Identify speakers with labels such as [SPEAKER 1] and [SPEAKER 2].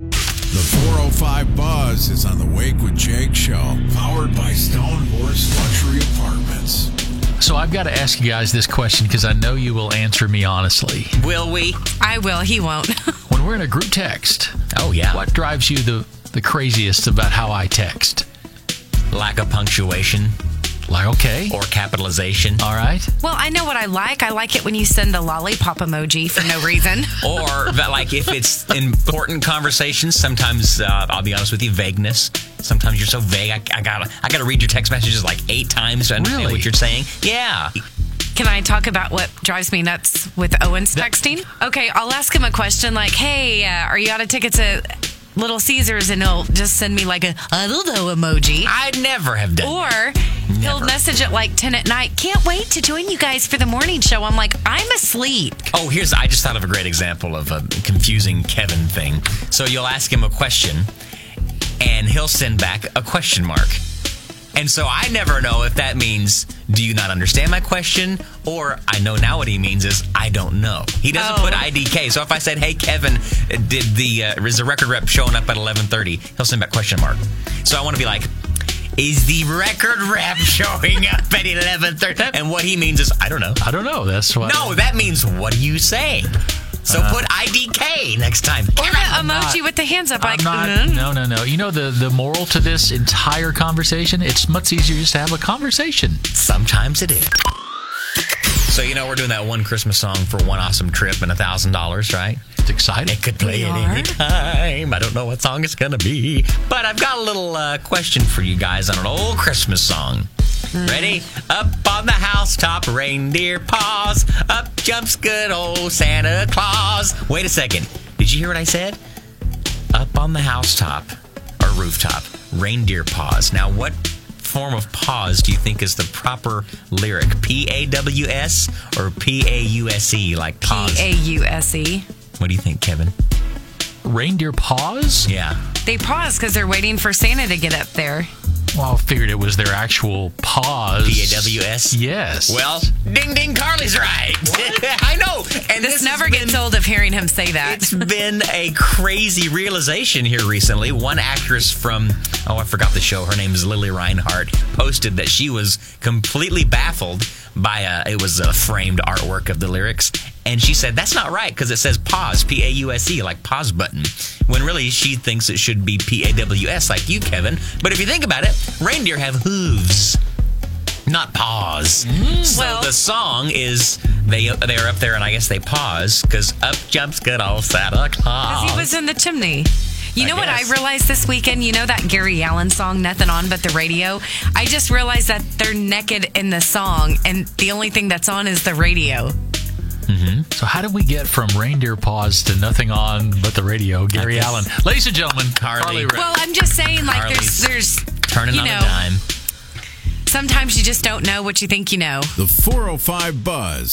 [SPEAKER 1] 105 Buzz is on the Wake with Jake show, powered by Stone Horse Luxury Apartments.
[SPEAKER 2] So I've got to ask you guys this question because I know you will answer me honestly.
[SPEAKER 3] Will we?
[SPEAKER 4] I will. He won't.
[SPEAKER 2] When we're in a group text,
[SPEAKER 3] Oh, yeah.
[SPEAKER 2] what drives you the, the craziest about how I text?
[SPEAKER 3] Lack of punctuation
[SPEAKER 2] Like, okay,
[SPEAKER 3] or capitalization
[SPEAKER 2] all right.
[SPEAKER 4] well, I know what I like. I like it when you send the lollipop emoji for no reason.
[SPEAKER 3] or that like if it's important conversations sometimes uh, i'll be honest with you vagueness sometimes you're so vague i, I gotta i gotta read your text messages like eight times to understand
[SPEAKER 2] Really?
[SPEAKER 3] what you're saying yeah
[SPEAKER 4] Can I talk about what drives me nuts with Owen's texting? Okay, I'll ask him a question like, "Hey, uh, are you out of tickets at Little Caesars?" and he'll just send me like a I don't know emoji.
[SPEAKER 3] i'd never have done
[SPEAKER 4] Or
[SPEAKER 3] that.
[SPEAKER 4] he'll
[SPEAKER 3] Never.
[SPEAKER 4] message at like 10 at night. Can't wait to join you guys for the morning show. I'm like, I'm asleep.
[SPEAKER 3] Oh, here's I just thought of a great example of a confusing Kevin thing. So you'll ask him a question, and he'll send back a question mark. And so I never know if that means do you not understand my question, or I know now what he means is I don't know. He doesn't
[SPEAKER 4] Oh.
[SPEAKER 3] put IDK. So if I said, "Hey Kevin, did the uh, is the record rep showing up at 11:30?" He'll send back question mark. So I want to be like. Is the record rep showing up at 11:30? And what he means is I don't know.
[SPEAKER 2] I don't know. That's what.
[SPEAKER 3] No, that means what do you say? So put IDK next time. um,
[SPEAKER 4] Or the emoji
[SPEAKER 2] not-
[SPEAKER 4] with the hands up,
[SPEAKER 2] I'm
[SPEAKER 4] like,
[SPEAKER 2] not,
[SPEAKER 4] "Mm."
[SPEAKER 2] no, no, no. You know the, the moral to this entire conversation? It's much easier just to have a conversation.
[SPEAKER 3] Sometimes it is. So you know we're doing that one Christmas song for one awesome trip and a thousand dollars, right?
[SPEAKER 2] It's exciting.
[SPEAKER 3] It could play
[SPEAKER 4] We
[SPEAKER 3] at
[SPEAKER 4] are.
[SPEAKER 3] any time. I don't know what song it's gonna be, but I've got a little uh, question for you guys on an old Christmas song.
[SPEAKER 4] Hmm.
[SPEAKER 3] Ready? Up on the housetop, reindeer paws. Up jumps good old Santa Claus. Wait a second. Did you hear what I said? Up on the housetop or rooftop, reindeer paws. Now, what form of paws do you think is the proper lyric? P A W S or P A U S E, like paws?
[SPEAKER 4] P A U S E.
[SPEAKER 3] What do you think, Kevin?
[SPEAKER 2] Reindeer paws?
[SPEAKER 3] Yeah.
[SPEAKER 4] They pause because they're waiting for Santa to get up there.
[SPEAKER 2] Well, I figured it was their actual paws.
[SPEAKER 3] P A W S.
[SPEAKER 2] Yes.
[SPEAKER 3] Well, ding ding, Carly's right. I know, and
[SPEAKER 4] This,
[SPEAKER 3] has
[SPEAKER 4] never
[SPEAKER 3] been-
[SPEAKER 4] gets old of hearing him say that.
[SPEAKER 3] It's been a crazy realization here recently. One actress from oh, I forgot the show. Her name is Lily Reinhardt. Posted that she was completely baffled by a it was a framed artwork of the lyrics, and she said that's not right because it says pause, P A U S E, like pause button. When really she thinks it should be P A W S, like you, Kevin. But if you think about it, reindeer have hooves. Not pause. So
[SPEAKER 4] Well-
[SPEAKER 3] the song is they they are up there, and I guess they pause because up jumps good old Santa Claus.
[SPEAKER 4] He was in the chimney. You
[SPEAKER 3] I
[SPEAKER 4] know what
[SPEAKER 3] guess.
[SPEAKER 4] I realized this weekend? You know that Gary Allen song, Nothing On But the Radio? I just realized that they're naked in the song, and the only thing that's on is the radio.
[SPEAKER 2] So how did we get from reindeer paws to nothing on but the radio? Gary
[SPEAKER 3] guess-
[SPEAKER 2] Allen, ladies and gentlemen,
[SPEAKER 3] Carly.
[SPEAKER 2] Rick.
[SPEAKER 4] Well, I'm just saying, like,
[SPEAKER 3] Carly's
[SPEAKER 4] there's, there's,
[SPEAKER 3] turning
[SPEAKER 4] you
[SPEAKER 3] on
[SPEAKER 4] know,
[SPEAKER 3] a dime.
[SPEAKER 4] sometimes you just don't know what you think you know.
[SPEAKER 1] The 405 Buzz